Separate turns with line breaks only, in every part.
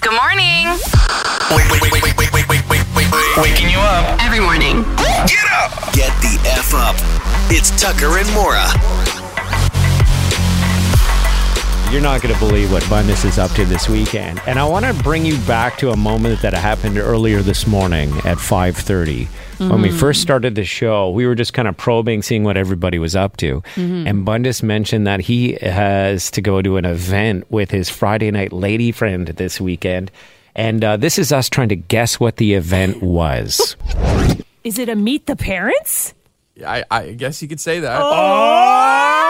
Good morning.
Wait, wait, wait, wait, wait, wait, wait, wait, wait, wait. Waking you up.
Every morning.
Get up. Get the F up. It's Tucker and Mora.
You're not going to believe what Bundes is up to this weekend. And I want to bring you back to a moment that happened earlier this morning at 5:30. When we first started the show, we were just kind of probing seeing what everybody was up to. And Bundes mentioned that he has to go to an event with his Friday night lady friend this weekend. And uh, this is us trying to guess what the event was.
Is it a meet the parents?
I, I guess you could say that.
Oh.
Oh.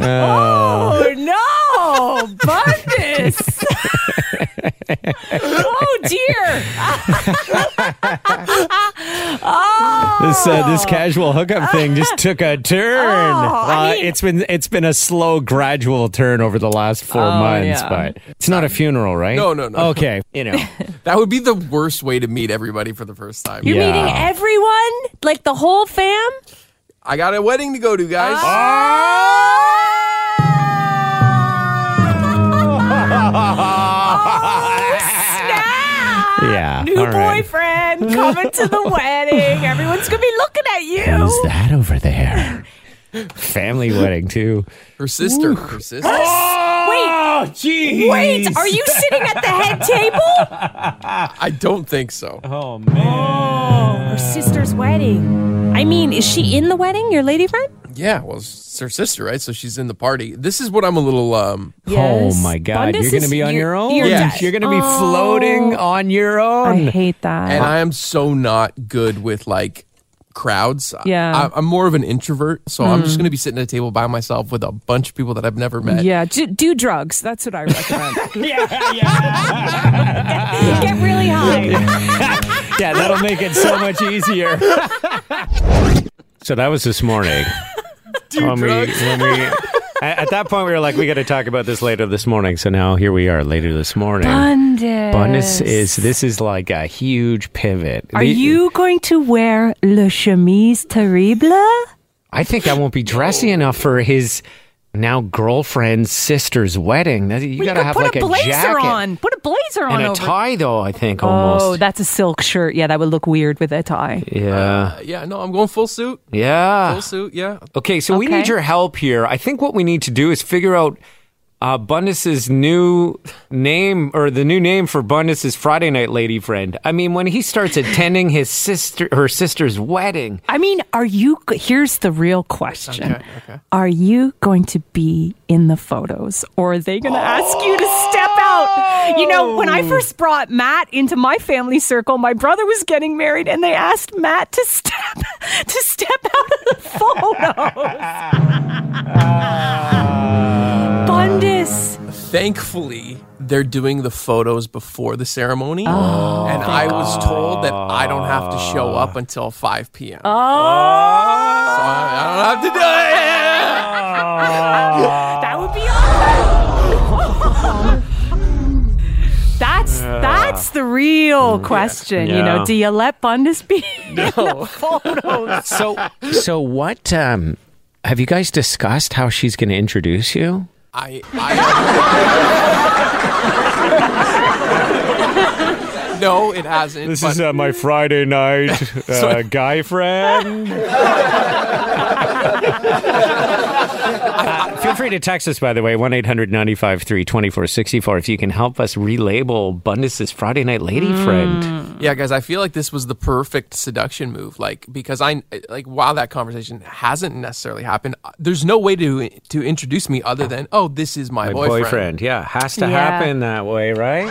Oh no, Bundes! oh dear! Oh,
This uh, this casual hookup thing just took a turn.
Oh, I
uh,
mean-
it's been it's been a slow, gradual turn over the last four months,
Oh, yeah.
but it's not a funeral, right?
No, no, no.
Okay, you know,
That would be the worst way to meet everybody for the first time.
You're
Yeah.
meeting everyone, like the whole fam.
I got a wedding to go to, guys.
Ah. Oh,
yeah.
Oh, New
all right.
boyfriend coming to the wedding. Everyone's gonna be looking at
Who's
you.
that over there? Family wedding too.
Her sister. Her sister.
Oh, jeez.
Wait, are you sitting at the head table?
I don't think so.
Oh man.
Oh, Her sister's wedding. I mean, is she in the wedding, your lady friend?
Oh
Yeah, well, it's her sister, right? So she's in the party. This is what I'm a little um
Oh my God!
Bundes
you're going to
is-
be on
you're-
your own.
you're
Yeah. Oh.
dead.
You're going to be floating on your own.
I hate that.
and I am so not good with like crowds.
Yeah. Hmm.
I, I'm more of an introvert, so I'm just gonna be sitting at a table by myself with a bunch of people that I've never met.
Yeah, do, do drugs. That's what I recommend. yeah, yeah. Get really high.
yeah, that'll make it so much easier. so that was this morning. when
drugs.
We, when we, a- at that point, we were like, we got to talk about this later this morning. So now here we are later this morning.
Bundes.
Bonus is this is like a huge pivot.
Are
The-
you going to wear le chemise terrible?
I think I won't be dressy enough for his now girlfriend's sister's wedding. That- You got to have
put
like
a
a,
blazer
jacket
on. Put a blazer on
and a
over.
tie, though. I think
Oh,
almost.
that's a silk shirt. Yeah, that would look weird with a tie.
yeah,
Yeah, no, I'm going full suit.
yeah.
Full suit, yeah.
Okay, so we
Okay.
need your help here. I think what we need to do is figure out uh, Bundus's new name or the new name for Bundus's Friday night lady friend. I mean, when he starts attending his sister, her sister's wedding.
I mean, are you? g- Here's the real question: Are you going to be in the photos, or are they going to ask you to step out? You know, when I first brought Matt into my family circle, my brother was getting married, and they asked Matt to step to step out of the photos. Bundus.
Thankfully, they're doing the photos before the ceremony. and I was told that I don't have to show up until 5 p.m. Oh. So I, I don't have to
That
do it.
would be awesome. that's that's the real question. You
Mm, Yeah.
know, do you let Bundus be in the photos?
So, so what? Um, have you guys discussed how she's going to introduce you?
I, I No, it hasn't. but
uh, my Friday night uh, guy friend. Feel free to text us, by the way, 1 800 953 2464 if you can help us relabel Bundus's Friday Night Lady Friend.
Yeah, guys, I feel like this was the perfect seduction move. Like because I like while that conversation hasn't necessarily happened, uh, there's no way to to introduce me other than oh, this is my,
My boyfriend. Yeah, has to
Yeah.
happen that way, right?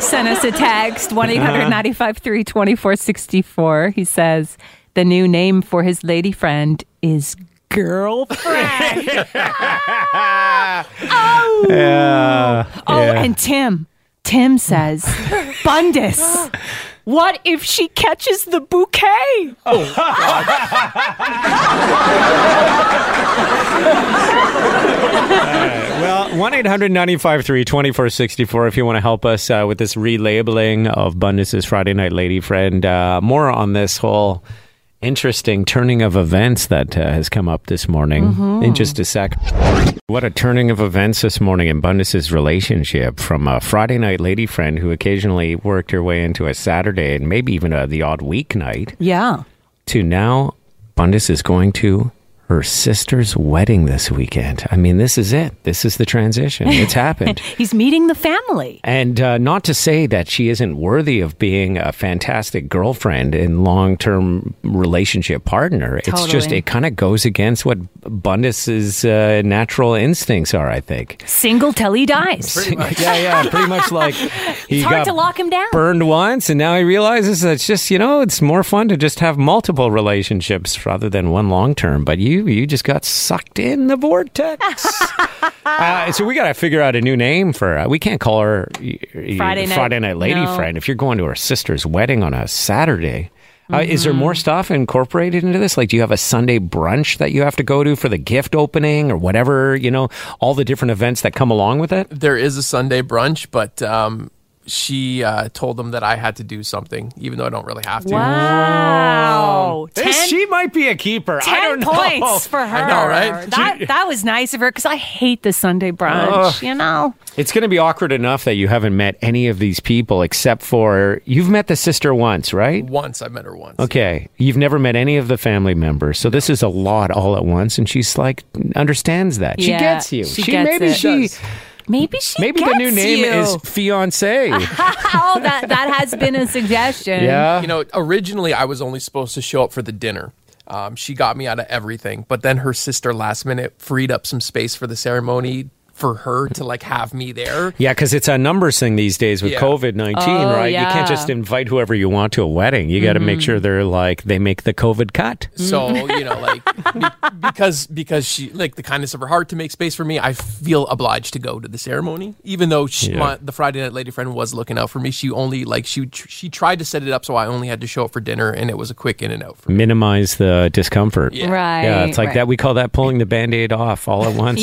sent us a text 1
Uh-huh.
800 953 2464. He says the new name for his lady friend is girlfriend. oh. oh,
yeah.
and Tim. Tim says, Bundus, what if she catches the bouquet?
Well, 1 800 953 2464 if you want to help us uh, with this relabeling of Bundus's Friday Night Lady Friend. Uh, more on this whole interesting turning of events that uh, has come up this morning in just a sec. What a turning of events this morning in Bundus's relationship from a Friday Night Lady Friend who occasionally worked her way into a Saturday and maybe even uh, the odd weeknight
Yeah.
to now Bundes is going to her sister's wedding this weekend. I mean, this is it. This is the transition. It's happened.
He's meeting the family.
And uh, not to say that she isn't worthy of being a fantastic girlfriend and long term relationship partner. It's just,
Totally.
it kind of goes against what Bundes's uh, natural instincts are, I think.
Single till he dies.
yeah, yeah, pretty much like he
It's
got
hard to lock him down.
burned once, and now he realizes that it's just you know it's more fun to just have multiple relationships rather than one long term. But you you just got sucked in the vortex. Uh, so we got to figure out a new name for her. We can't call her y- y-
Friday night-
Friday night lady
no.
friend if you're going to her sister's wedding on a Saturday. Uh, Is
Mm-hmm.
there more stuff incorporated into this? Like, do you have a Sunday brunch that you have to go to for the gift opening or whatever? You know, all the different events that come along with it.
There is a Sunday brunch, but um, she uh, told them that I had to do something, even though I don't really have to.
Wow.
This- she might be a keeper. I
Ten
don't
points
know.
for her.
know, right?
That that was nice of her because I hate the Sunday brunch. You know,
It's going to be awkward enough that you haven't met any of these people except for you've met the sister once, right?
Once I met her once.
Okay. You've never met any of the family members. So this is a lot all at once and she's like understands that.
Yeah,
she gets you.
she gets
maybe
it.
she
Does.
maybe she
maybe the
gets
new name
you.
is fiance.
oh, that that has been a suggestion.
yeah.
You know, originally I was only supposed to show up for the dinner. Um, she got me out of everything, but then her sister last minute freed up some space for the ceremony for her to like have me there.
Yeah, because it's a numbers thing these days with
Yeah.
COVID nineteen,
Oh,
right? You
yeah. Mm-hmm.
can't just invite whoever you want to a wedding. You got to make sure they're like they make the COVID cut.
So you know, like be- because because she like the kindness of her heart to make space for me, I feel obliged to go to the ceremony, even though she,
Yeah.
my, the Friday night lady friend was looking out for me. She only like she tr- she tried to set it up so I only had to show up for dinner, and it was a quick in and out for me.
Minimize the discomfort.
Yeah.
Right.
Yeah, it's like
right.
that. We call that pulling the band aid off all at once.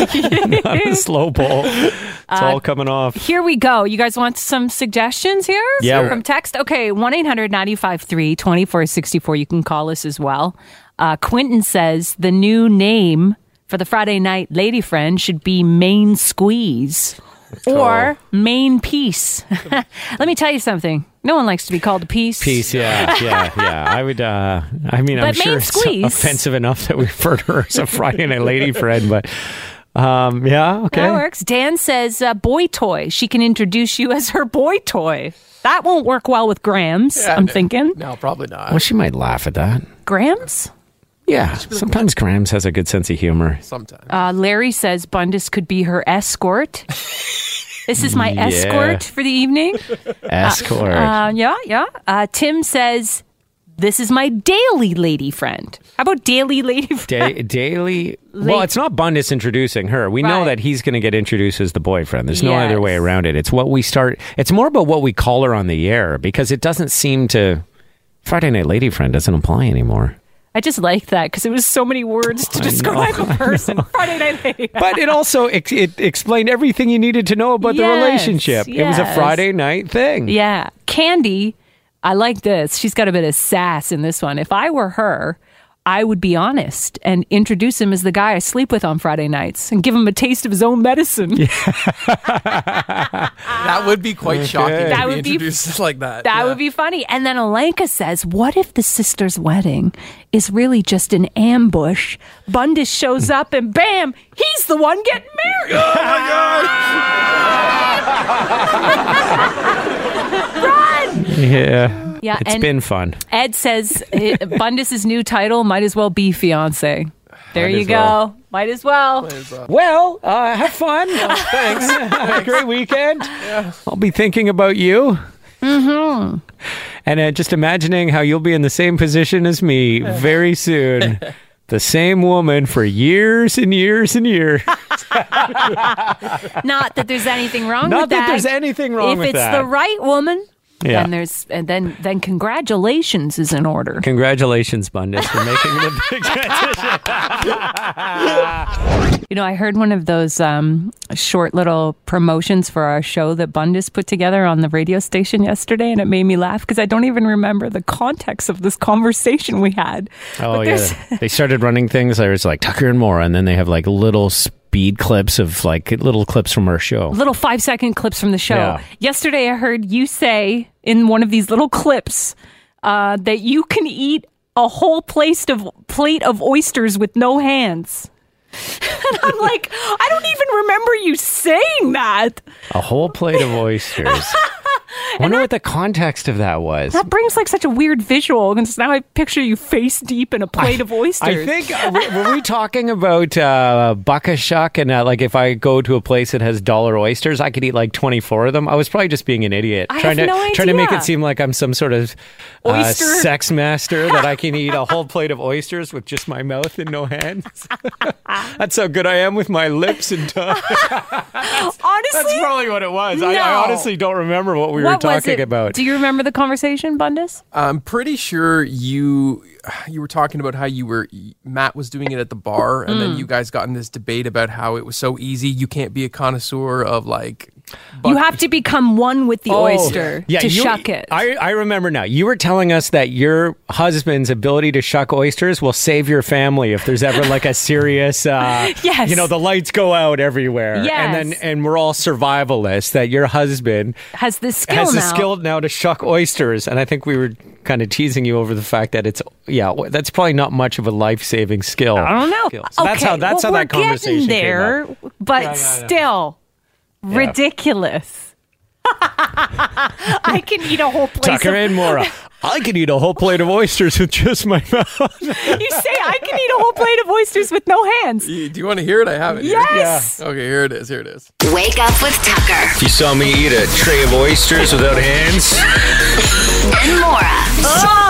Yes.
Slow pull. It's
Uh,
all coming off.
Here we go. You guys want some suggestions here?
Yeah.
From text? Okay, 1 800 953 2464. You can call us as well. Uh, Quentin says the new name for the Friday night lady friend should be Main Squeeze
Oh.
or Main Piece. Let me tell you something. No one likes to be called a piece.
Peace, yeah, yeah, yeah. I would, uh, I mean, I'm
But main
sure it's
squeeze.
offensive enough that we refer to her as a Friday night lady friend, but um, yeah, okay.
That works. Dan says uh, boy toy. She can introduce you as her boy toy. That won't work well with Grams, I'm thinking.
No, probably not.
Well, Oh, she might laugh at that.
Grams?
Yeah, sometimes Grams has a good sense of humor.
Sometimes.
Uh, Larry says Bundus could be her escort. this is my
Yeah.
escort for the evening.
Escort.
Uh, yeah, yeah. Uh, Tim says this is my daily lady friend. How about daily lady friend?
Da- daily. Well, it's not Bundus introducing her. We know
Right.
that he's going to get introduced as the boyfriend. There's no
Yes.
other way around it. It's what we start. It's more about what we call her on the air because it doesn't seem to. Friday Night Lady Friend doesn't apply anymore.
I just like that because it was so many words to describe a person. Friday night lady.
But it also ex- it explained everything you needed to know about the
Yes,
relationship. It was a
yes.
Friday night thing.
Yeah. Candy, I like this. She's got a bit of sass in this one. If I were her, I would be honest and introduce him as the guy I sleep with on Friday nights and give him a taste of his own medicine.
that would be quite shocking.
That
to
would be-
be introduced like that.
That
Yeah.
would be funny. And then Alenka says, What if the sister's wedding is really just an ambush? Bundus shows up and bam, he's the one getting married. Oh my God! Run!
Yeah.
Yeah,
It's
and-
been fun.
Ed says eh, Bundus's new title might as well be fiance. There
Might
you
as
go.
well.
Might as well.
Well, uh, have fun. Thanks. Have a great weekend. I'll be thinking about you. Mm-hmm.
Mm-hmm.
And uh, just imagining how you'll be in the same position as me very soon. The same woman for years and years and years.
Not that there's anything wrong
Not
with
that
that.
there's anything wrong
if
with
it's
that.
the right woman,
Yeah.
then there's and then then congratulations is in order.
Congratulations, Bundes, for making the big transition.
You know, I heard one of those um, short little promotions for our show that Bundes put together on the radio station yesterday, and it made me laugh because I don't even remember the context of this conversation we had.
Oh,
But there's-
yeah. They started running things. There was like Tucker and Mora, and then they have like little speed clips of like little clips from our show.
Little five second clips from the show.
Yeah.
Yesterday, I heard you say in one of these little clips uh, that you can eat a whole plate of, plate of oysters with no hands. and I'm like, I don't even remember you saying that.
A whole plate of oysters. Wonder what the context of that was.
That brings like such a weird visual because now I picture you face deep in a plate of oysters.
I think uh, w- were we talking about uh, buckashuck and uh, like if I go to a place that has dollar oysters, I could eat like twenty four of them. I was probably just being an idiot,
I
trying
have
to
no
trying to make
idea.
it seem like I'm some sort of uh,
Oyster.
sex master that I can eat a whole plate of oysters with just my mouth and no hands. That's how good I am with my lips and tongue.
honestly,
That's probably what it was. I,
Oh, No.
I honestly don't remember what we
what
were
was
talking
it?
about.
Do you remember the conversation, Bundes?
I'm pretty sure you you were talking about how you were Matt was doing it at the bar, and
Mm.
then you guys got in this debate about how it was so easy. You can't be a connoisseur of like.
you have to become one with the oyster
Oh, Yeah,
to
you-
shuck it.
I, I remember now. You were telling us that your husband's ability to shuck oysters will save your family if there's ever like a serious, uh,
Yes.
you know, the lights go out everywhere. And then,
Yes.
and we're all survivalists that your husband
has this skill
has
now.
the skill now to shuck oysters. And I think we were kind of teasing you over the fact that it's, yeah, w- that's probably not much of a life saving skill.
I don't know.
Skill. So that's
Okay,
how, that's
well,
how
we're
that conversation
getting there,
came up.
but still ridiculous. I can eat a whole plate.
Tucker
of,
and Mora. I could eat a whole plate of oysters with just my mouth.
You say I can eat a whole plate of oysters with no hands.
Do you want to hear it? I have it. here.
Yes.
Okay, here it is. Here it is.
Wake up with Tucker
You saw me eat a tray of oysters without hands?
and Laura.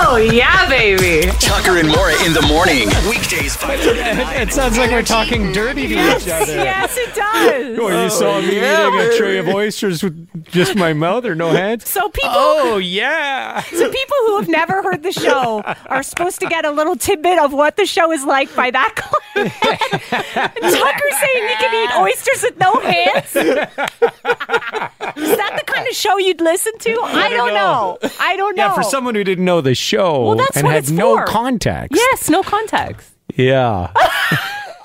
Oh yeah, baby.
Tucker and Mora in the morning. Weekdays 5:30 to 9.
It sounds like we're talking dirty to each other.
Yes, it does.
Or you saw me eating a tray of oysters with just my mouth or no hands?
So people,
Oh yeah.
so people who have never heard the show are supposed to get a little tidbit of what the show is like by that comment. Tucker saying you can eat oysters with no hands. is that the kind of show you'd listen to? I don't know. I don't know.
Yeah, for someone who didn't know the show
Well, that's
and
what
had
it's
no
for.
context.
Yes, no context.
Yeah.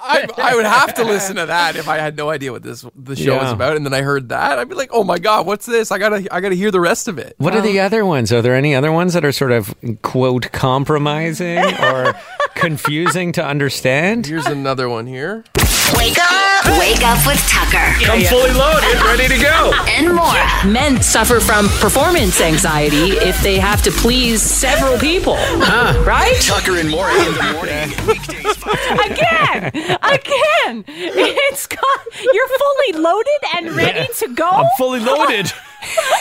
I, I would have to listen to that if I had no idea what this the show was
Yeah.
about, and then I heard that, I'd be like, "Oh my god, what's this? I gotta I gotta hear the rest of it."
What are
Uh-huh.
the other ones? Are there any other ones that are sort of quote compromising or confusing to understand?
Here's another one here.
Wake up. Wake up with Tucker
I'm fully loaded, ready to go.
and Laura.
Men suffer from performance anxiety if they have to please several people, right?
Tucker and Mora in the morning. Weekdays 5 to 9.
Again, again, it's got you're fully loaded and ready to go.
I'm fully loaded.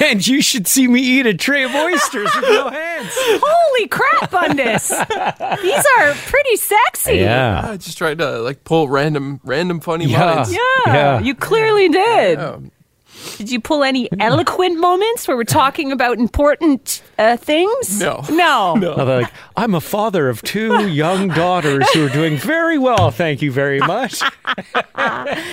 and you should see me eat a tray of oysters with no hands.
Holy crap, Bundes! These are pretty sexy.
Yeah.
Ah, I just tried to like pull random random funny lines.
Yeah,
Yeah.
you clearly did. Did you pull any eloquent moments where we're talking about important uh, things?
No.
No.
Now they're like, I'm a father of two young daughters who are doing very well. Thank you very much.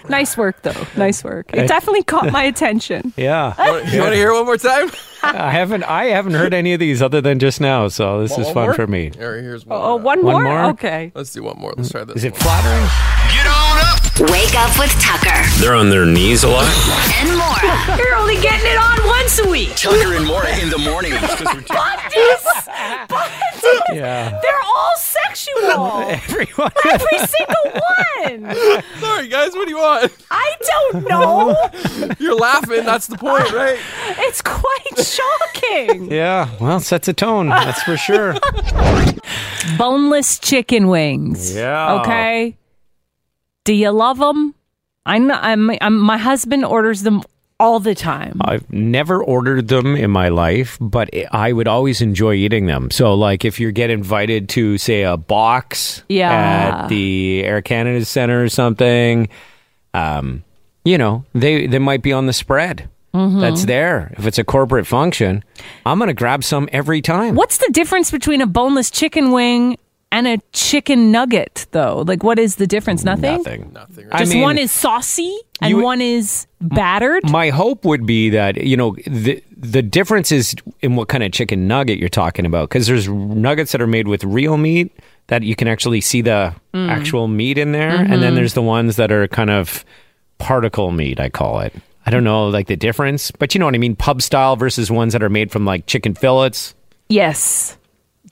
Nice work, though. Nice work. It definitely caught my attention.
Yeah,
You want to hear it one more time?
I haven't. I haven't heard any of these other than just now. So this is
One
fun
more?
for me.
All right, here's one.
Oh, one
One
more?
more?
Okay.
Let's do one more. Let's try this.
Is it
one.
flattering?
Get on up!
Wake up with Tucker
They're on their knees a lot.
and Laura.
You're only getting it on once a week.
Tucker and Mora in the morning.
Bundes! Bundes!
Yeah.
They're all sexual.
Everyone.
Every single one.
Sorry, guys. What do you want?
I don't know.
You're laughing. That's the point, right?
It's quite shocking.
Yeah. Well, sets a tone. That's for sure.
Boneless chicken wings.
Yeah.
Okay. Do you love them? I'm, I'm, I'm, my husband orders them all the time.
I've never ordered them in my life, but I- I would always enjoy eating them. So, like, if you get invited to, say, a box
Yeah.
at the Air Canada Center or something, um, you know, they, they might be on the spread.
Mm-hmm.
That's there. If it's a corporate function, I'm going to grab some every time.
What's the difference between a boneless chicken wing and a chicken nugget, though? Like, what is the difference? Nothing.
Nothing. Nothing.
Just one is saucy and
you-
one is battered.
My hope would be that you know the the difference is in what kind of chicken nugget you're talking about because there's nuggets that are made with real meat that you can actually see the
Mm.
actual meat in there, and
Mm-hmm.
then there's the ones that are kind of particle meat. I call it. I don't know like the difference, but you know what I mean. Pub style versus ones that are made from like chicken fillets.
yes.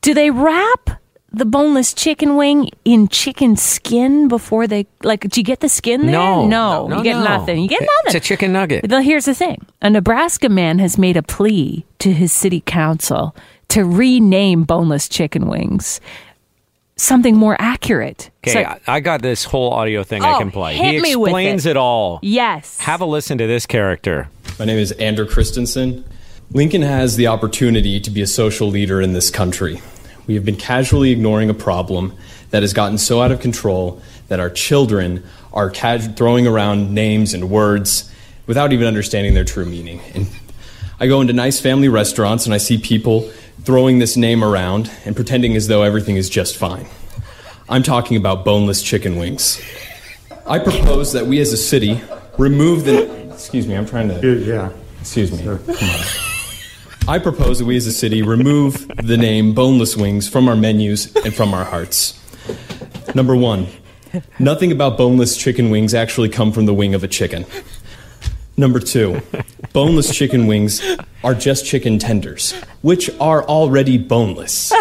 Do they wrap the boneless chicken wing in chicken skin before they like? Do you get the skin there?
No,
no, you get
no.
nothing. You get
It-
nothing.
It's a chicken nugget.
Now, here's the thing a Nebraska man has made a plea to his city council to rename boneless chicken wings something more accurate. It's
Okay,
like,
I I got this whole audio thing I
Oh,
can play.
hit
he
me with
explains
it.
it all.
yes.
Have a listen to this character.
My name is Andrew Christensen. Lincoln has the opportunity to be a social leader in this country. We have been casually ignoring a problem that has gotten so out of control that our children are ca- throwing around names and words without even understanding their true meaning. And I go into nice family restaurants and I see people throwing this name around and pretending as though everything is just fine. I'm talking about boneless chicken wings. I propose that we as a city remove the. Excuse me, I'm trying to.
Yeah.
Excuse me. Come on. I propose that we as a city remove the name Boneless Wings from our menus and from our hearts. Number one, nothing about boneless chicken wings actually come from the wing of a chicken. Number two, boneless chicken wings are just chicken tenders, which are already boneless.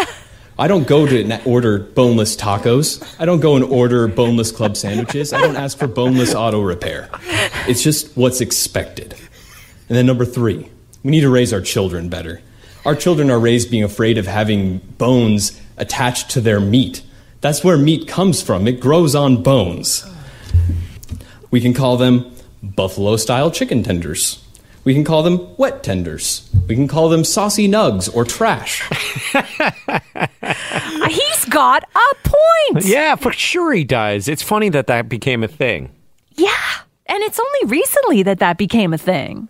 I don't go to na- order boneless tacos. I don't go and order boneless club sandwiches. I don't ask for boneless auto repair. It's just what's expected. And then number three, we need to raise our children better. Our children are raised being afraid of having bones attached to their meat. That's where meat comes from. It grows on bones. We can call them buffalo style chicken tenders. We can call them wet tenders. We can call them saucy nugs or trash.
He's got a point.
Yeah, for sure he does. It's funny that that became a thing.
Yeah. And it's only recently that that became a thing,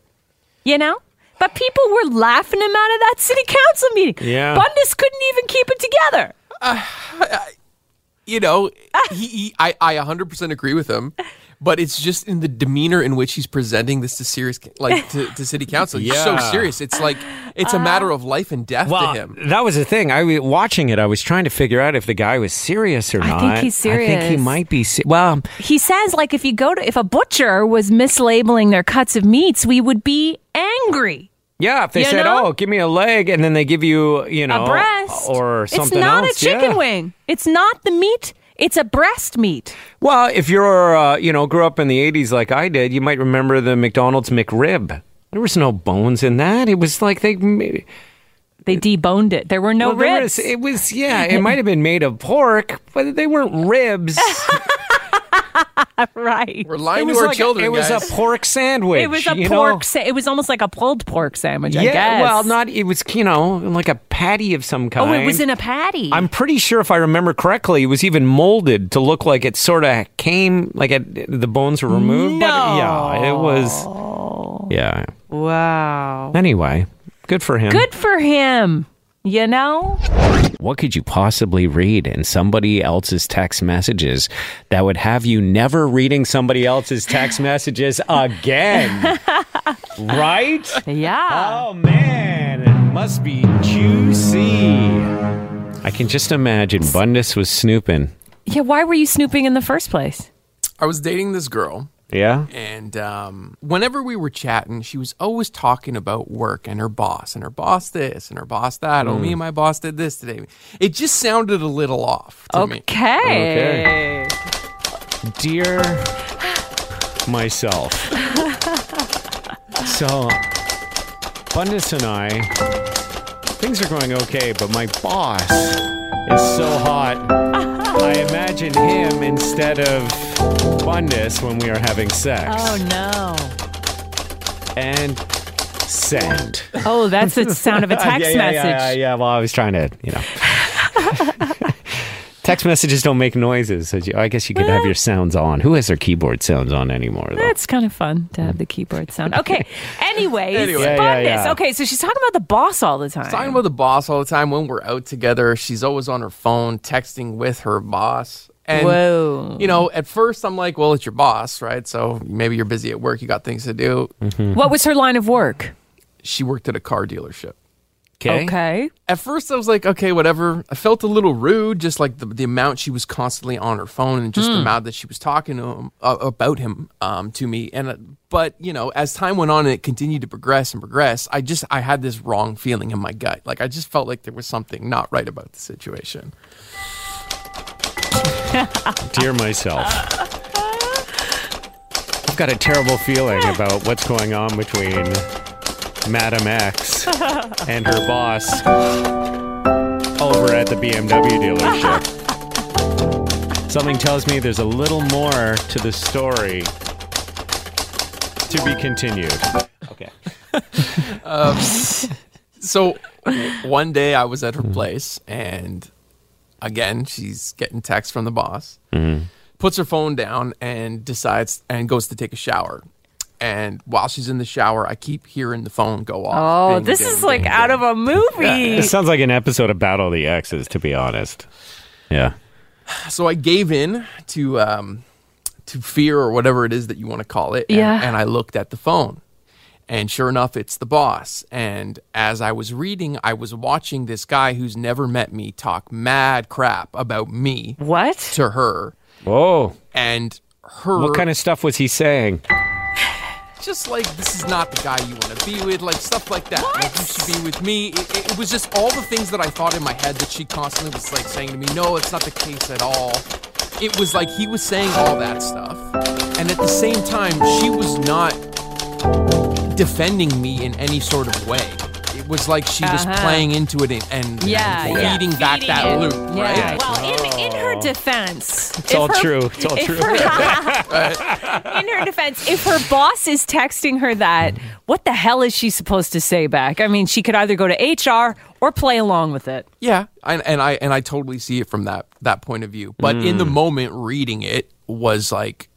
you know? But people were laughing him out of that city council meeting.
Yeah.
Bundes couldn't even keep it together.
you know, he, he I, I 100% agree with him, but it's just in the demeanor in which he's presenting this to serious, like to, to city council. He's so
Yeah.
serious. It's like, it's a matter of life and death
Well,
to him.
that was the thing. I was watching it. I was trying to figure out if the guy was serious or
I
not.
think he's
I think he
serious.
might be. Se- well,
He says, like, if you go to, if a butcher was mislabeling their cuts of meats, we would be angry.
yeah. If they
You
said,
know?
"Oh, give me a leg," and then they give you, you know,
a breast
Oh, or something
It's not
else,
a chicken
yeah.
wing. It's not the meat. It's a breast meat.
Well, if you're, uh, you know, grew up in the '80s like I did, you might remember the McDonald's McRib. There was no bones in that. It was like they. ma-
They deboned it. There were no
Well, there
ribs.
was- it was yeah. It might have been made of pork, but they weren't ribs.
right.
We're lying
it
to
was
our
like a-
children.
it was
guys.
a pork sandwich.
It was a
you know?
pork. Sa- it was almost like a pulled pork sandwich. I guess.
well, not it was you know like a patty of some kind.
Oh, it was in a patty.
I'm pretty sure if I remember correctly, it was even molded to look like it sort of came like it, the bones were removed. But yeah, it was. Yeah.
wow.
Anyway, good for him.
Good for him. You know.
What could you possibly read in somebody else's text messages that would have you never reading somebody else's text messages again? right?
Yeah.
Oh man, it must be juicy. I can just imagine Bundus was snooping.
Yeah. Why were you snooping in the first place?
I was dating this girl.
Yeah?
And um, whenever we were chatting, she was always talking about work and her boss and her boss this and her boss that.
Hmm.
Oh, me and my boss did this today. It just sounded a little off to me.
Okay.
Dear myself. so, Bundus and I, things are going okay, but my boss is so hot. I imagine him instead of funness when we are having sex.
Oh,
no.
And send.
Oh, that's the sound of a text
yeah, yeah,
message.
Yeah, yeah, yeah. Well, I was trying to, you know. Text messages don't make noises. So you- I guess you could have your sounds on. Who has their keyboard sounds on anymore, though?
That's kind of fun to have the keyboard sound. Okay. Anyways,
Anyway.
funness.
Yeah,
yeah, yeah.
Okay, so she's talking about the boss all the time.
Talking about the boss all the time when we're out together. She's always on her phone texting with her boss. And,
Whoa.
You know, at first I'm like, well, it's your boss, right? So maybe you're busy at work, you got things to do.
what was her line of work?
She worked at a car dealership.
Okay.
At first I was like, okay, whatever. I felt a little rude, just like the, the amount she was constantly on her phone and just the amount that she was talking to him, uh, about him um, to me. And uh, but you know, as time went on and it continued to progress and progress, I just I had this wrong feeling in my gut. Like I just felt like there was something not right about the situation.
Dear myself. I've got a terrible feeling about what's going on between Madam X and her boss over at the BMW dealership. Something tells me there's a little more to the story to be continued. Okay.
so w- one day I was at her place, and again she's getting texts from the boss. Puts her phone down and decides and goes to take a shower. And while she's in the shower, I keep hearing the phone go off.
Oh,
Ding,
this
ding,
is like
ding,
out
ding.
of a movie.
This sounds like an episode of Battle of the X's, to be honest. Yeah.
so I gave in to um, to fear or whatever it is that you want to call it. And,
Yeah.
and I looked at the phone, and sure enough, it's the boss. And as I was reading, I was watching this guy who's never met me talk mad crap about me
What?
to her,
Whoa.
and her
What kind of stuff was he saying?
just like this is not the guy you want to be with, like stuff like that. Like, you should be with me. It, it, it was just all the things that I thought in my head that she constantly was like saying to me, no, it's not the case at all. It was like he was saying all that stuff, and at the same time, she was not defending me in any sort of way. It was like she was
Uh-huh.
playing into it and, and
Yeah, yeah.
feeding back
Feeding
that
it.
loop, right?
Yeah. Well, in, in her defense, it's
all true. Oh. It's all true.
in her defense, if her boss is texting her that, what the hell is she supposed to say back? I mean, she could either go to HR or play along with it.
Yeah, and, and I and I totally see it from that that point of view. But in the moment, reading it was like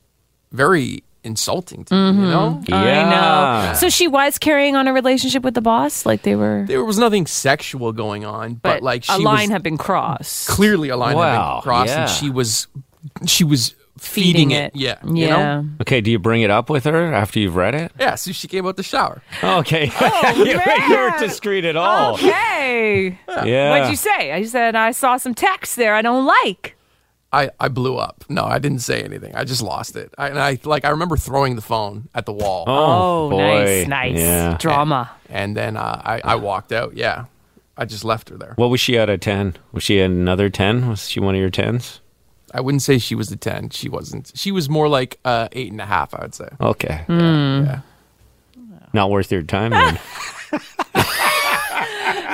very insulting to me. You know,
I know. So she was carrying on a relationship with the boss, like they were,
there was nothing sexual going on, but,
but
like she
a line
was
had been crossed.
clearly a line had
Wow,
been crossed,
yeah.
and she was she was feeding, it. Yeah,
yeah.
you know.
Okay, do you bring it up with her after you've read it?
Yeah, so she came out the shower.
Oh, Okay. you, you weren't discreet at all.
Okay.
Yeah.
What'd you say? I said I saw some text there I don't like.
I, I blew up. No, I didn't say anything. I just lost it. I, and I like I remember throwing the phone at the wall,
Oh,
boy.
nice, nice
Yeah.
drama.
and then uh, I I walked out. Yeah, I just left her there.
What was she out of 10? Was she another 10? Was she one of your 10s?
I wouldn't say she was a ten. She wasn't. She was more like uh, eight and a half. I would say.
Okay. Not worth your time then.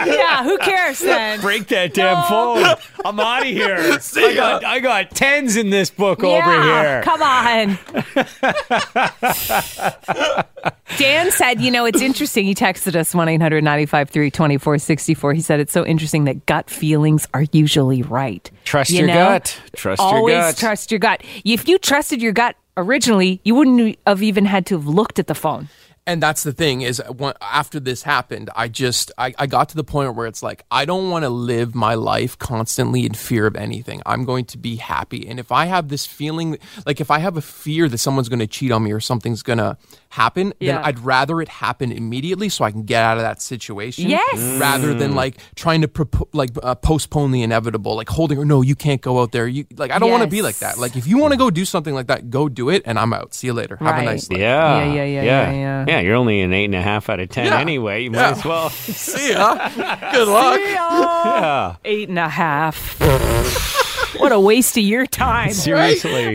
Yeah, who cares then?
Break that damn phone. I'm out of here. I got, I got 10s in this book over
yeah,
here.
Come on. Dan said, you know, it's interesting. He texted us 1 800 953 2464. He said, it's so interesting that gut feelings are usually right.
Trust
You
your
know?
gut. Trust
Always
your gut.
trust your gut. If you trusted your gut originally, you wouldn't have even had to have looked at the phone.
And that's the thing is, when, after this happened, I just I, I got to the point where it's like I don't want to live my life constantly in fear of anything. I'm going to be happy, and if I have this feeling, like if I have a fear that someone's going to cheat on me or something's going to happen,
Yeah.
then I'd rather it happen immediately so I can get out of that situation.
Yes.
rather than like trying to propo- like uh, postpone the inevitable, like holding no, you can't go out there. You like I don't want to be like
Yes.
that. Like if you want to go do something like that, go do it, and I'm out. See you later. Have
Right.
a nice day.
Yeah.
Yeah, yeah, yeah, yeah,
yeah.
yeah.
you're only an eight and a half out of 10
Yeah.
anyway. You might
Yeah.
as well.
See ya. Good luck.
Eight and a half. what a waste of your time.
Seriously.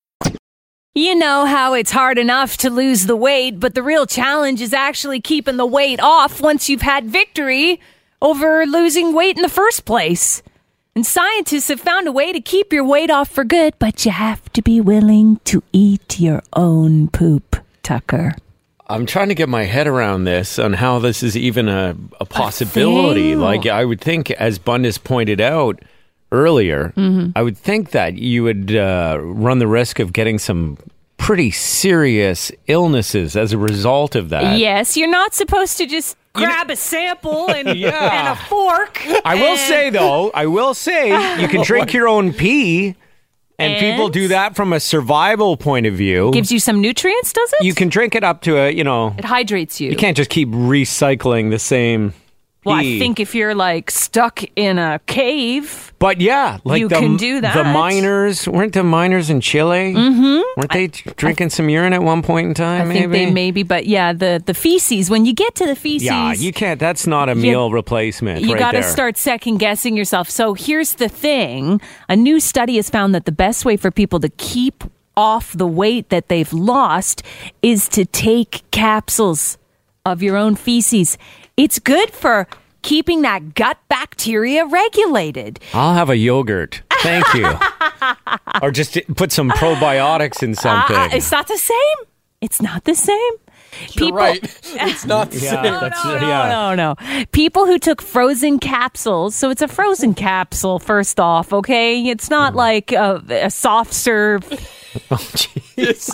You know how it's hard enough to lose the weight, but the real challenge is actually keeping the weight off once you've had victory over losing weight in the first place. And scientists have found a way to keep your weight off for good, but you have to be willing to eat your own poop, Tucker.
I'm trying to get my head around this on how this is even a, a possibility.
thing.
like I would think, as Bundis pointed out earlier, I would think that you would uh, run the risk of getting some pretty serious illnesses as a result of that.
yes, you're not supposed to just grab a sample and,
Yeah.
and a fork.
I will
and-
say though, I will say you can drink your own pee, and, people
And?
do that from a survival point of view.
gives you some nutrients, does it?
you can drink it up to a you know
It hydrates you.
you can't just keep recycling the same.
Well, I
pee.
think if you're like stuck in a cave,
But yeah, like
You
the,
can do
The
that.
miners weren't the miners in Chile. Mm-hmm. Weren't they drinking some urine at one point in time?
I
maybe.
think they maybe. But yeah, the the feces. When you get to the feces,
yeah, you can't. That's not a meal replacement.
you
right
got to
there.
start second guessing yourself. So here's the thing: a new study has found that the best way for people to keep off the weight that they've lost is to take capsules of your own feces. It's good for keeping that gut bacteria regulated.
I'll have a yogurt. Thank you. or just put some probiotics in something.
Uh, it's not the same. It's not the same.
You're right. It's not the same.
that's
no, no, no, no. People who took frozen capsules. So it's a frozen capsule, first off, okay? It's
Mm.
not like a, a soft serve.
Oh,
okay? It's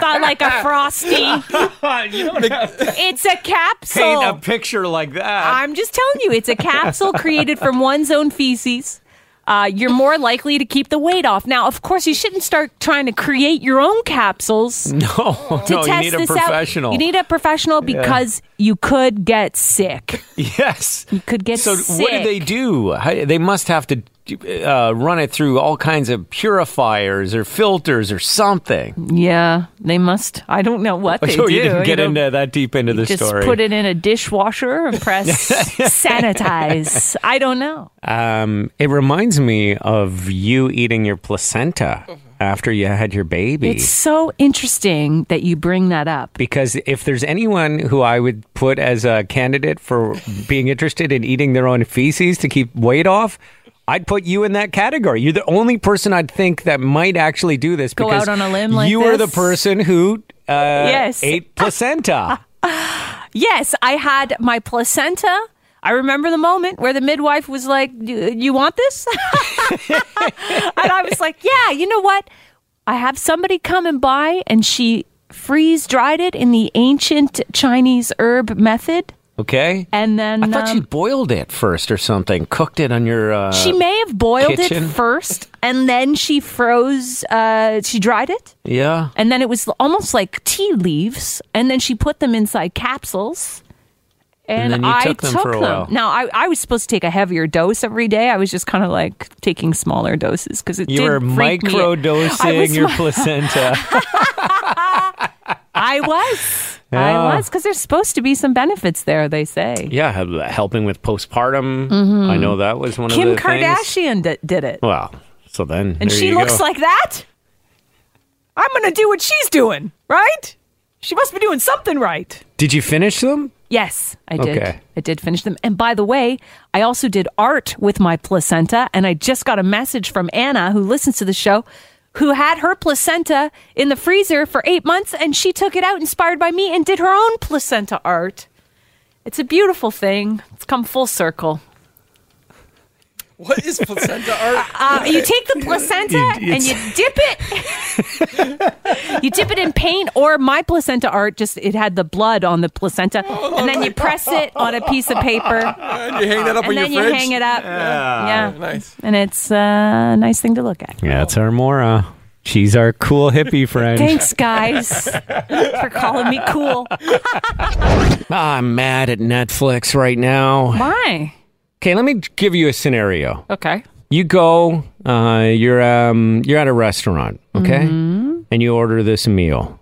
not like a frosty. it's a capsule.
Paint a picture like that.
I'm just telling you, it's a capsule created from one's own feces. Uh, you're more likely to keep the weight off. Now, of course, you shouldn't start trying to create your own capsules
no,
to
no, you
test
need a
this
professional.
out. You need a professional because you could get sick.
yes.
You could get
So
sick.
what do they do? How- They must have to uh, run it through all kinds of purifiers or filters or something.
Yeah, they must. I don't know what they
so Oh,
do.
you didn't get
know.
into that deep into the
Just
story.
put it in a dishwasher and press sanitize. I don't know.
um, it reminds me of you eating your placenta after you had your baby.
It's so interesting that you bring that up.
because if there's anyone who I would put as a candidate for being interested in eating their own feces to keep weight off, I'd put you in that category. You're the only person I'd think that might actually do this.
Go
because
out on a limb like
you were the
this?
person who uh,
Yes.
ate placenta.
Yes, I had my placenta. I remember the moment where the midwife was like, "Do "You want this?" and I was like, "Yeah, you know what? I have somebody coming by and she freeze dried it in the ancient Chinese herb method."
Okay.
And then
I thought
um,
you boiled it first or something, cooked it on your. Uh,
she may have boiled
kitchen?
it first and then she froze uh, she dried it
yeah.
and then it was almost like tea leaves and then she put them inside capsules and,
then you
I
took them for a while.
Now I, I was supposed to take a heavier dose every day. I was just kind of like taking smaller doses because it
You
did
were
freak me.
microdosing
I was
your
mi-
placenta.
I was,
Yeah.
I was because there's supposed to be some benefits there. They say
yeah, hel- helping with postpartum. I know that was one
Mm-hmm. Kim
of the things.
Kardashian d- did it,
Well, so then.
and she looks like that. I'm gonna do what she's doing, right? She must be doing something right.
Did you finish them?
Yes, I did.
Okay.
I did finish them. And by the way, I also did art with my placenta. And I just got a message from Anna, who listens to the show, who had her placenta in the freezer for eight months. And she took it out, inspired by me, and did her own placenta art. It's a beautiful thing. It's come full circle.
What is placenta art?
Uh, you take the placenta
You-
and you dip it. you dip it in paint or my placenta art. Just it had the blood on the placenta, and then you press it on a piece of paper.
And you hang that up on
and then
your
you
fridge.
hang it up. Yeah.
Nice.
And it's uh, a nice thing to look at.
Yeah, it's our Mora. She's our cool hippie friend.
Thanks, guys, for calling me cool.
I'm mad at Netflix right now.
Why?
Okay, let me give you a scenario.
Okay.
You go, uh, you're um, you're at a restaurant, okay,
Mm-hmm.
and you order this meal.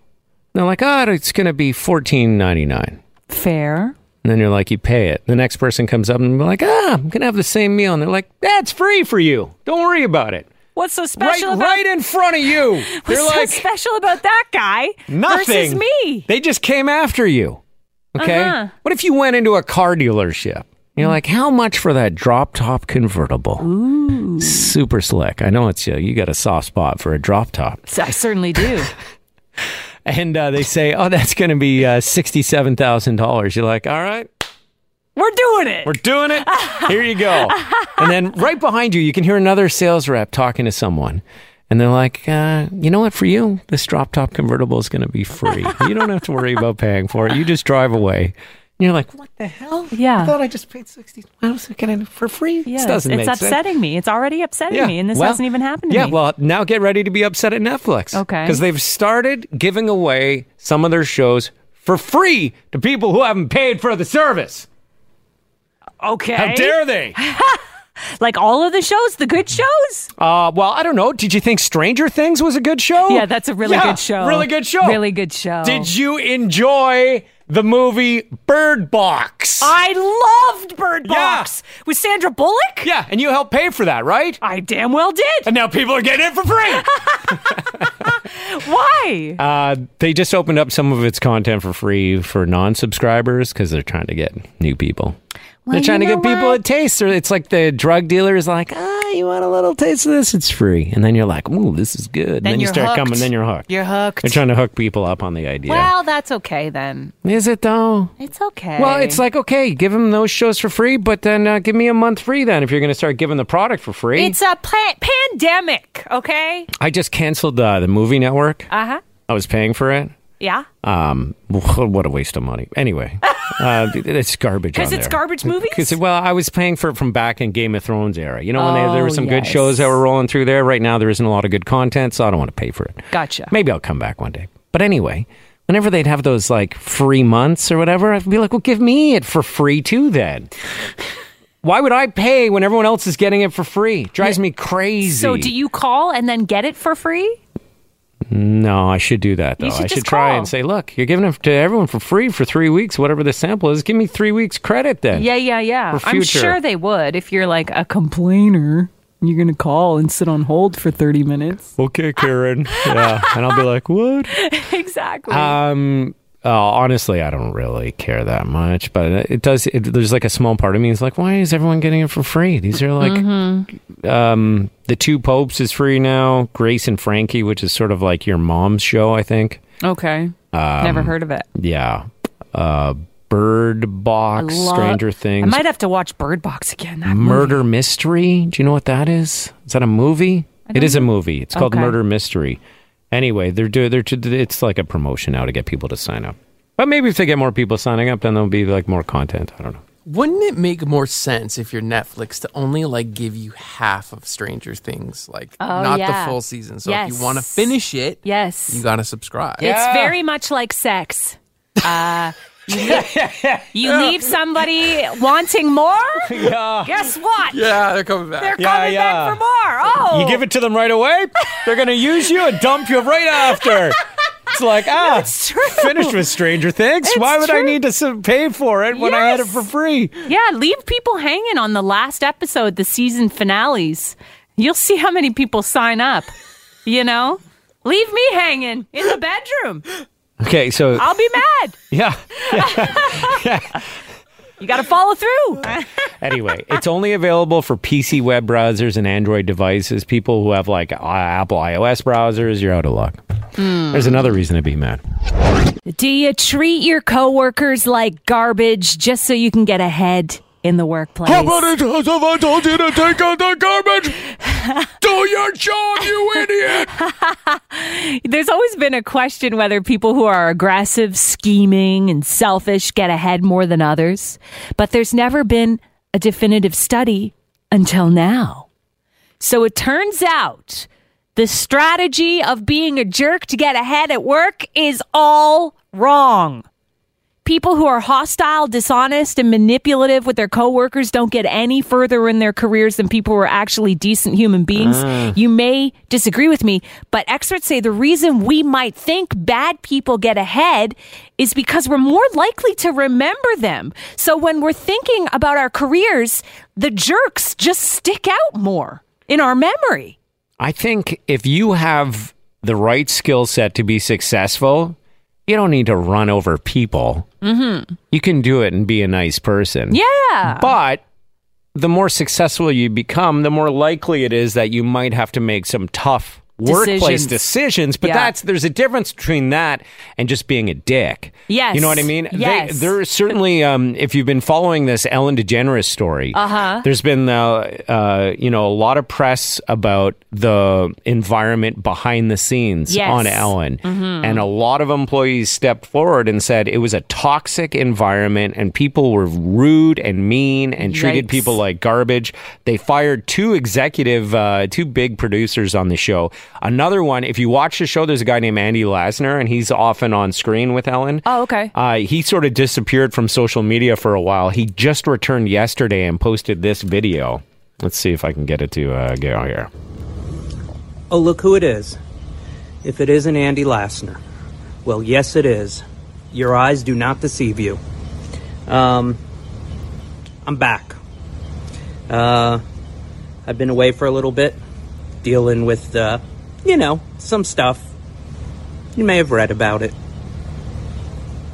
They're like, oh, it's gonna be fourteen ninety nine.
Fair.
And then you're like, you pay it. The next person comes up and be like, ah, I'm gonna have the same meal, and they're like, that's free for you. Don't worry about it.
What's so
Right,
special about
right in front of you.
What's
They're
so
like,
special about that guy
nothing.
versus me?
They just came after you. Okay.
Uh-huh.
What if you went into a car dealership? You're like, how much for that drop top convertible? Super slick. I know it's uh, you. You got a soft spot for a drop top.
I certainly do.
And uh, they say, oh, that's going to be uh, $67,000. You're like, all right,
We're doing it.
we're doing it. Here you go. And then right behind you, you can hear another sales rep talking to someone. And they're like, uh, you know what? For you, this drop top convertible is going to be free. You don't have to worry about paying for it. You just drive away. And you're like, what the hell?
Yeah.
I thought I just paid 60 miles for free.
yeah,
this doesn't
it's
make sense.
upsetting me. It's already upsetting me, and this
well,
hasn't even happened to
yeah,
me.
well, now get ready to be upset at Netflix.
Okay.
Because they've started giving away some of their shows for free to people who haven't paid for the service.
okay.
How dare they?
Like all of the shows, the good shows.
Uh, well, I don't know. Did you think Stranger Things was a good show?
Yeah, that's a really
Yeah,
good show.
Really good show.
Really good show.
Did you enjoy the movie Bird Box?
I loved Bird
Yeah.
Box with Sandra Bullock.
yeah, and you helped pay for that, right?
I damn well did.
And now people are getting it for free.
Why?
Uh, they just opened up some of its content for free for non-subscribers because they're trying to get new people. they're
you
trying to
know
get people
what?
a taste. Or it's like the drug dealer is like, ah, you want a little taste of this? It's free. And then you're like, ooh, this is good. And then, you
you're
start coming.
hooked.
Then you're hooked.
You're hooked.
They're trying to hook people up on the idea.
Well, that's okay then.
is it though?
It's okay.
Well, it's like okay, give them those shows for free, but then uh, give me a month free. Then if you're going to start giving the product for free,
it's a pa- pandemic. Okay.
I just canceled uh, the movie network.
Uh huh.
I was paying for it.
Yeah.
Um, what a waste of money. Anyway, uh, it's garbage.
'Cause
on
it's
there.
garbage movies?
'Cause, well, I was paying for it from back in Game of Thrones era. You know when they, there
Oh,
were some good
yes.
shows that were rolling through there. Right now, there isn't a lot of good content, so I don't want to pay for it.
Gotcha.
Maybe I'll come back one day. But anyway, whenever they'd have those like free months or whatever, I'd be like, well, give me it for free too. Then why would I pay when everyone else is getting it for free? Drives me crazy.
So do you call and then get it for free?
No, I should do that though.
You should
I
just
should try
call.
and say, look, you're giving it to everyone for free for three weeks, whatever the sample is. Give me three weeks credit then.
Yeah, yeah, yeah.
For
I'm
future.
sure they would if you're like a complainer. You're going to call and sit on hold for 30 minutes.
Okay, Karen. yeah. And I'll be like, what?
exactly.
Um. Uh, honestly, I don't really care that much, but it it does. It, there's like a small part of me is like, why is everyone getting it for free? These are like,
Mm-hmm.
um, the two popes is free now. Grace and Frankie, which is sort of like your mom's show, I think.
okay.
um,
Never heard of it.
Yeah. Uh, Bird Box,
Lo-
Stranger
I
Things, Mm.
might have to watch Bird Box again. That movie-
Murder Mystery. Do you know what that is? Is that a movie? It is a movie. It's called
Okay.
Murder Mystery. Anyway, they're do they're do- it's like a promotion now to get people to sign up. But maybe if they get more people signing up, then there'll be like more content. I don't know.
Wouldn't it make more sense if you're Netflix to only like give you half of Stranger Things, like not
Oh, yeah.
the full season? So if
Yes.
you want to finish it,
Yes.
you gotta subscribe.
It's very much like sex. Uh, you, leave, you leave somebody wanting more? Guess what?
Yeah, they're coming back.
They're
Yeah,
coming
yeah.
back for more. Oh,
You give it to them right away. They're gonna use you and dump you right after. It's like ah,
it's true.
finished with Stranger Things.
It's
Why would I
true.
need to sub- pay for it when I had it
Yes.
for free?
Yeah, leave people hanging on the last episode, the season finales. You'll see how many people sign up. You know, leave me hanging in the bedroom.
Okay, so
I'll be mad.
yeah.
You got to follow through.
Anyway, it's only available for PC web browsers and Android devices. People who have like uh, Apple iOS browsers, you're out of luck. There's another reason to be mad.
Do you treat your coworkers like garbage just so you can get ahead in the workplace?
it has I told you to take out the garbage? Do your job, you idiot!
There's always been a question whether people who are aggressive, scheming, and selfish get ahead more than others, but there's never been a definitive study until now. So it turns out The strategy of being a jerk to get ahead at work is all wrong. People who are hostile, dishonest, and manipulative with their coworkers don't get any further in their careers than people who are actually decent human beings. You may disagree with me, but experts say the reason we might think bad people get ahead is because we're more likely to remember them. So when we're thinking about our careers, the jerks just stick out more in our memory.
I think if you have the right skill set to be successful, you don't need to run over people. Mm-hmm. You can do it and be a nice person. Mm.
Yeah.
But the more successful you become, the more likely it is that you might have to make some tough workplace
Decisions.
decisions. But
Yeah.
that's there's a difference between that and just being a dick.
Yes.
You know what I mean?
Yes.
They, there is certainly, um, if you've been following this Ellen DeGeneres story, uh-huh. there's been, uh, uh, you know, a lot of press about the environment behind the scenes
Yes. Mm-hmm.
on Ellen. And a lot of employees stepped forward and said it was a toxic environment and people were rude and mean and treated
Yikes.
people like garbage. They fired two executive, uh, two big producers on the show. Another one, if you watch the show, there's a guy named Andy Lasner and he's often on screen with Ellen.
Oh, okay.
Uh, he sort of disappeared from social media for a while. He just returned yesterday and posted this video. Let's see if I can get it to uh, get on here.
Oh, look who it is. If it isn't Andy Lassner. Well, yes, it is. Your eyes do not deceive you. Um, I'm back. Uh, I've been away for a little bit, dealing with, uh, you know, some stuff. You may have read about it.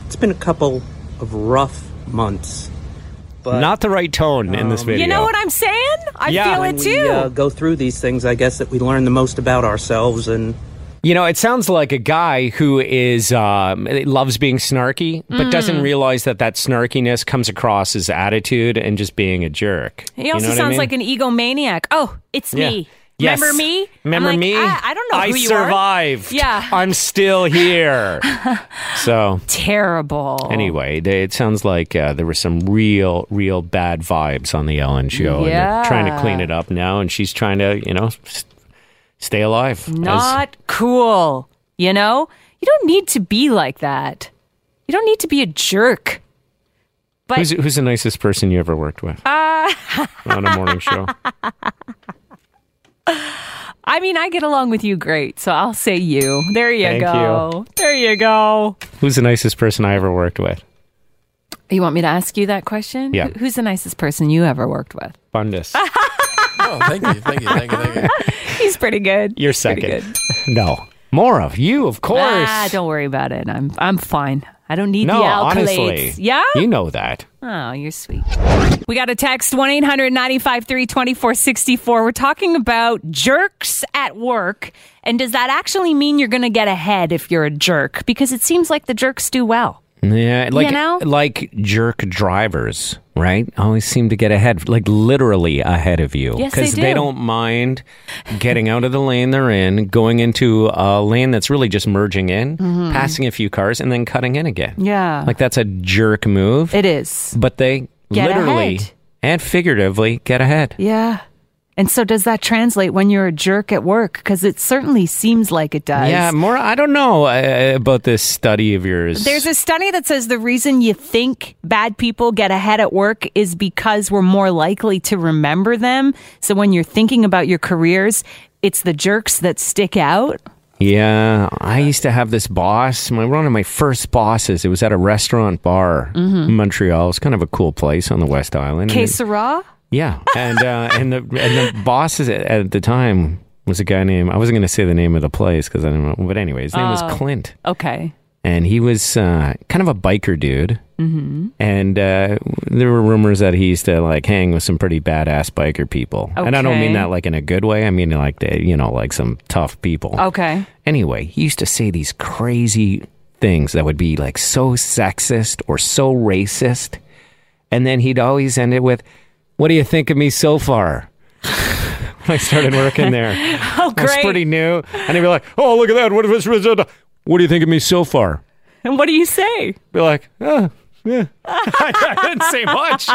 It's been a couple of rough months. But
Not the right tone in this video.
Um, You know what I'm saying? I
Yeah.
feel
When
it
when
too.
we uh, go through these things, I guess that we learn the most about ourselves and
You know, it sounds like a guy who is um, loves being snarky, but
Mm.
doesn't realize that that snarkiness comes across as attitude and just being a jerk.
He also sounds like an egomaniac. Oh, it's me.
Yes.
Remember me? I'm
Remember
like,
me?
I, I don't know
I
who you are.
survived.
Yeah.
I'm still here. so
Terrible.
anyway, they, it sounds like uh, there were some real, real bad vibes on the Ellen show. And they're trying to clean it up now, and she's trying to, you know, s- stay alive. as-
Not cool. You know? You don't need to be like that. You don't need to be a jerk. But
who's, who's the nicest person you ever worked with
Ah.
on a morning show?
I mean, I get along with you great, so I'll say you. There you
Thank
go. There you go.
Who's the nicest person I ever worked with?
You want me to ask you that question?
Yeah.
Who- Who's the nicest person you ever worked with?
Fundus.
Oh, thank you, thank you, thank you, thank you.
He's pretty good.
You're second. no. More of you, of course.
Ah, don't worry about it. I'm I'm fine. I don't need
no,
the accolades.
honestly.
Yeah?
You know that.
Oh, you're sweet. We got a text 1 800 953 2464. We're talking about jerks at work. And does that actually mean you're going to get ahead if you're a jerk? Because it seems like the jerks do well.
Yeah, like
know?
like jerk drivers, right? Always seem to get ahead, like literally ahead of you,
Yes, they
they
do.
don't mind getting out of the lane they're in, going into a lane that's really just merging in, passing a few cars, and then cutting in again.
Mm-hmm. Yeah.
like that's a jerk move.
It is.
but they
Get
literally
ahead.
and figuratively get ahead.
Yeah. And so, does that translate when you're a jerk at work? Because it certainly seems like it does.
Yeah, more. I don't know uh, about this study of yours.
There's a study that says the reason you think bad people get ahead at work is because we're more likely to remember them. So when you're thinking about your careers, it's the jerks that stick out.
Yeah, I used to have this boss. My one of my first bosses. It was at a restaurant bar in Montreal. It's kind of a cool place on the West Island. And
Que
it-
sera?
yeah, and uh, and the and the bosses at, at the time was a guy named I wasn't going to say the name of the place because I didn't know, but anyway, his name was Clint,
Okay.
and he was uh, kind of a biker dude. Mm-hmm. And uh, there were rumors that he used to like hang with some pretty badass biker people, and I don't mean
Okay.
that like in a good way. I mean like they, you know like some tough people.
Okay.
Anyway, he used to say these crazy things that would be like so sexist or so racist. And then he'd always end it with, What do you think of me so far? when I started working there,
Oh,
I was
great.
pretty new. And he'd be like, Oh, look at that. What, what, what do you think of me so far?
and what do you say?
Be like, oh, Yeah. I didn't say much.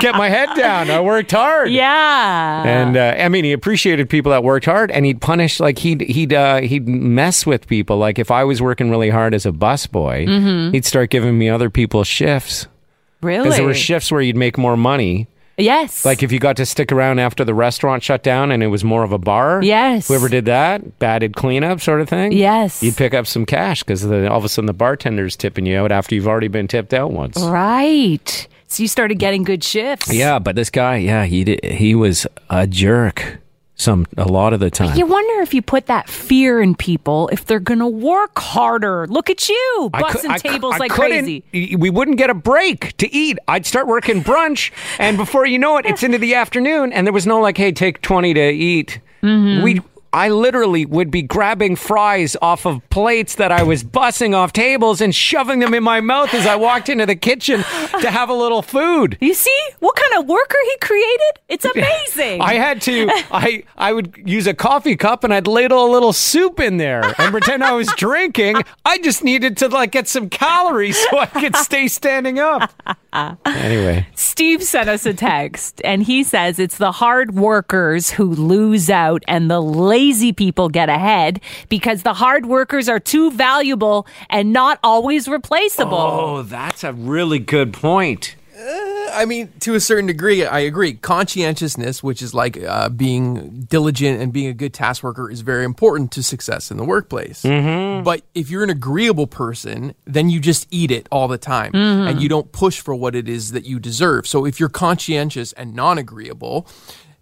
Kept my head down. I worked hard.
Yeah.
And uh, I mean, he appreciated people that worked hard, and he'd punish like he'd he'd uh, he'd mess with people. Like if I was working really hard as a busboy,
Mhm.
he'd start giving me other people's shifts. Because
really?
there were shifts where you'd make more money.
yes.
Like if you got to stick around after the restaurant shut down and it was more of a bar.
Yes.
Whoever did that, batted cleanup sort of thing.
Yes.
You'd pick up some cash because all of a sudden the bartender's tipping you out after you've already been tipped out once.
right. So you started getting good shifts.
Yeah, but this guy, yeah, he did, he was a jerk some a lot of the time.
You wonder if you put that fear in people if they're going to work harder. Look at you,
I cou-
busting
I cou-
tables
I
like
couldn't-
crazy.
y- We wouldn't get a break to eat. I'd start working brunch, and before you know it, it's into the afternoon, and there was no like, "Hey, take twenty to eat."
Mm-hmm.
We, I literally would be grabbing fries off of plates that I was bussing off tables and shoving them in my mouth as I walked into the kitchen to have a little food.
You see what kind of worker he created? It's amazing.
I had to. I I would use a coffee cup and I'd ladle a little soup in there and pretend I was drinking. I just needed to like get some calories so I could stay standing up. Anyway,
Steve sent us a text and he says it's the hard workers who lose out and the lazy people get ahead because the hard workers are too valuable and not always replaceable.
Oh. that's a really good point.
I mean, to a certain degree, I agree. Conscientiousness, which is like uh, being diligent and being a good task worker, is very important to success in the workplace. But if you're an agreeable person, then you just eat it all the time
Mhm.
and you don't push for what it is that you deserve. So if you're conscientious and non agreeable,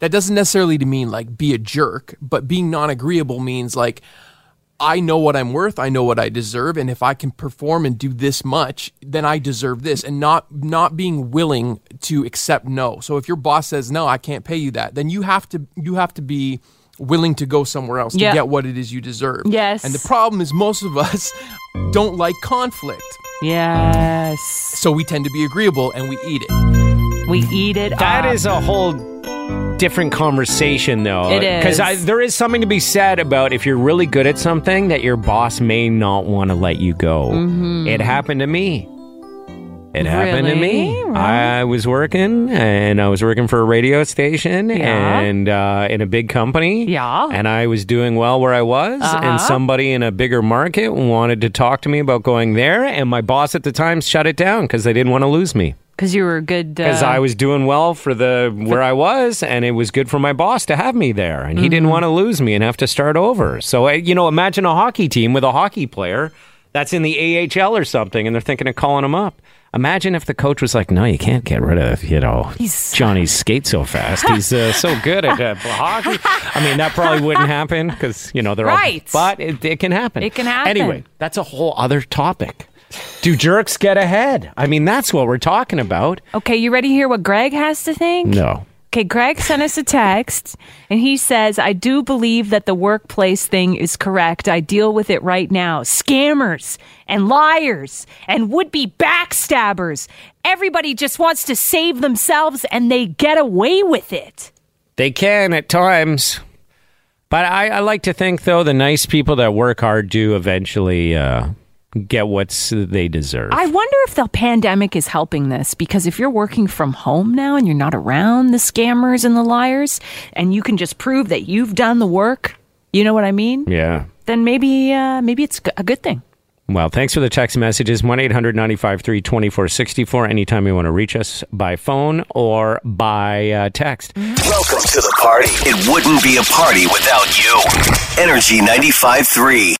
that doesn't necessarily mean like be a jerk, but being non agreeable means like, I know what I'm worth. I know what I deserve, and if I can perform and do this much, then I deserve this. And not not being willing to accept no. So if your boss says no, I can't pay you that, then you have to you have to be willing to go somewhere else
Yeah.
to get what it is you deserve.
Yes.
And the problem is most of us don't like conflict.
Yes. So
we tend to be agreeable and we eat it.
We eat it.
That is a whole different conversation, though.
It is.
because there is something to be said about if you're really good at something that your boss may not want to let you go.
Mhm.
It happened to me. It happened to me.
Really? Right.
I was working, and I was working for a radio station,
Yeah.
and uh, in a big company. Yeah, and I was doing well where I was,
Uh-huh.
and somebody in a bigger market wanted to talk to me about going there, and my boss at the time shut it down because they didn't want to lose me
Because you were a good.
because
uh,
I was doing well for the where I was, and it was good for my boss to have me there, and he
Mm-hmm.
didn't want to lose me and have to start over. So I- you know, imagine a hockey team with a hockey player that's in the AHL or something, and they're thinking of calling him up. Imagine if the coach was like, "No, you can't get rid of you know Johnny skate so fast. He's uh, so good at uh, hockey." I mean, that probably wouldn't happen because you know they're
Right.
all, but it, it can happen.
It can happen.
Anyway, that's a whole other topic. Do jerks get ahead? I mean, that's what we're talking about.
Okay, you ready to hear what Greg has to think?
No.
Okay, Greg sent us a text and he says, I do believe that the workplace thing is correct. I deal with it right now. Scammers and liars and would be backstabbers. Everybody just wants to save themselves and they get away with it.
They can at times. But I, I like to think, though, the nice people that work hard do eventually uh, get what they deserve.
I wonder if the pandemic is helping this because if you're working from home now and you're not around the scammers and the liars and you can just prove that you've done the work, you know what I mean?
yeah.
Then maybe uh, maybe it's a good thing.
Well, thanks for the text messages 1 800 953 2464. Anytime you want to reach us by phone or by uh, text.
Welcome to the party. It wouldn't be a party without you. Energy 95.3.